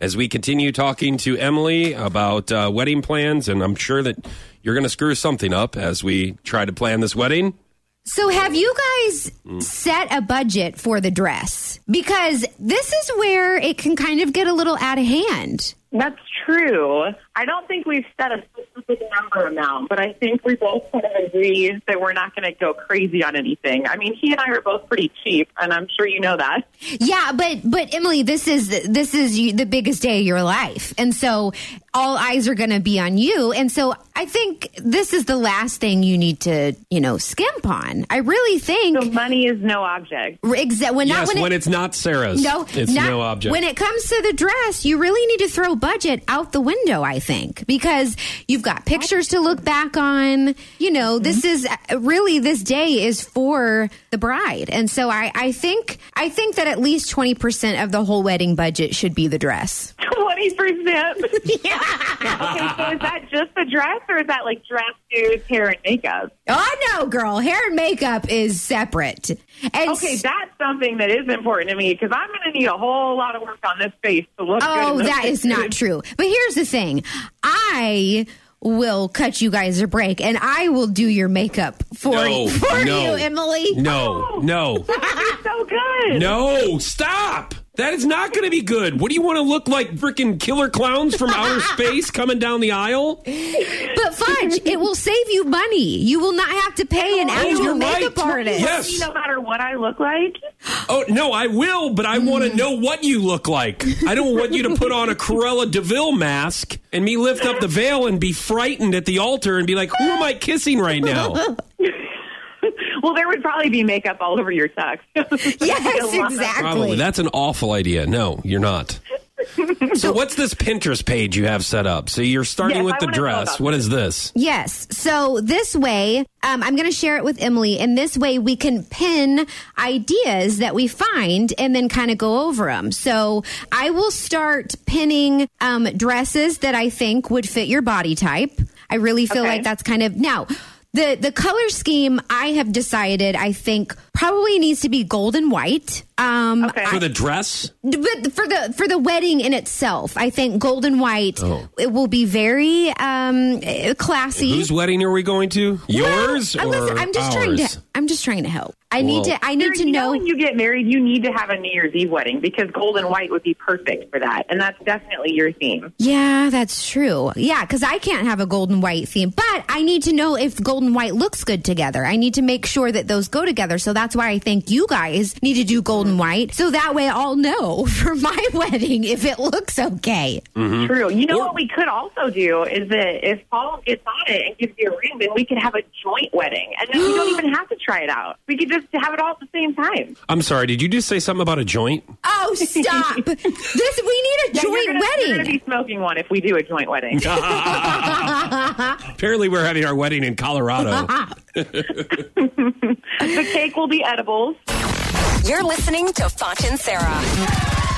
as we continue talking to Emily about uh, wedding plans. And I'm sure that you're going to screw something up as we try to plan this wedding. So, have you guys set a budget for the dress? Because this is where it can kind of get a little out of hand. That's true. I don't think we've set a specific number amount, but I think we both kind of agree that we're not going to go crazy on anything. I mean, he and I are both pretty cheap, and I'm sure you know that. Yeah, but but Emily, this is this is you- the biggest day of your life, and so all eyes are going to be on you. And so I think this is the last thing you need to you know skimp on. I really So think money is no object. exa- when yes, not when, when it, it's not Sarah's. no it's not- no object. When it comes to the dress, you really need to throw budget out the window. I think because you've got pictures to look back on. You know, Mm-hmm. this is uh, really this day is for the bride, and so I, I think I think that at least twenty percent of the whole wedding budget should be the dress. 20%. yeah. Okay, so is that just the dress, or is that like dress, shoes, hair, and makeup? Oh no, girl! Hair and makeup is separate. And Okay, that's something that is important to me because I'm going to need a whole lot of work on this face to look good. in Oh, those that is pictures. not true. But here's the thing I will cut you guys a break and I will do your makeup for, No, for no. you, Emily. no, no, So good. no, stop. That is not going to be good. What do you want to look like? Freaking killer clowns from outer space coming down the aisle? But Fudge, it will save you money. You will not have to pay an Oh, actual you're makeup right. artist. Yes. See, No matter what I look like, Oh no, I will, but I want Mm. to know what you look like. I don't want you to put on a Corella Deville mask and me lift up the veil and be frightened at the altar and be like, "Who am I kissing right now?" well, there would probably be makeup all over your tux. Yes, You'll love it. exactly. Probably that's an awful idea. No, you're not. So what's this Pinterest page you have set up? So you're starting Yes, with I the wanna know dress. about What is this? Yes. So this way, um, I'm going to share it with Emily, and this way we can pin ideas that we find and then kind of go over them. So I will start pinning um, dresses that I think would fit your body type. I really feel Okay. like that's kind of now. The, the color scheme I have decided I think probably needs to be gold and white. Um, Okay. For the dress? but for the for the wedding in itself, I think gold and white it will be very um, classy. Whose wedding are we going to? Yours Well, uh, or listen, I'm just ours? trying to. I'm just trying to help. I need Well- to. I need to You know. when you get married, you need to have a New Year's Eve wedding because gold and white would be perfect for that, and that's definitely your theme. yeah, that's true. Yeah, because I can't have a gold and white theme, but I need to know if gold and white looks good together. I need to make sure that those go together. So that's why I think you guys need to do gold and white, so that way I'll know for my wedding if it looks okay. Mm. True. You know Or- what we could also do is that if Paul gets on it and gives you a ring, then we could have a joint wedding, and then we don't even have to try it out. We could just have it all at the same time. I'm sorry. Did you just say something about a joint? Oh, stop! this we need a Yeah, joint you're gonna, You're wedding. going to be smoking one if we do a joint wedding. Apparently, we're having our wedding in Colorado. Uh-huh. the cake will be edibles. You're listening to Foch and Sarah.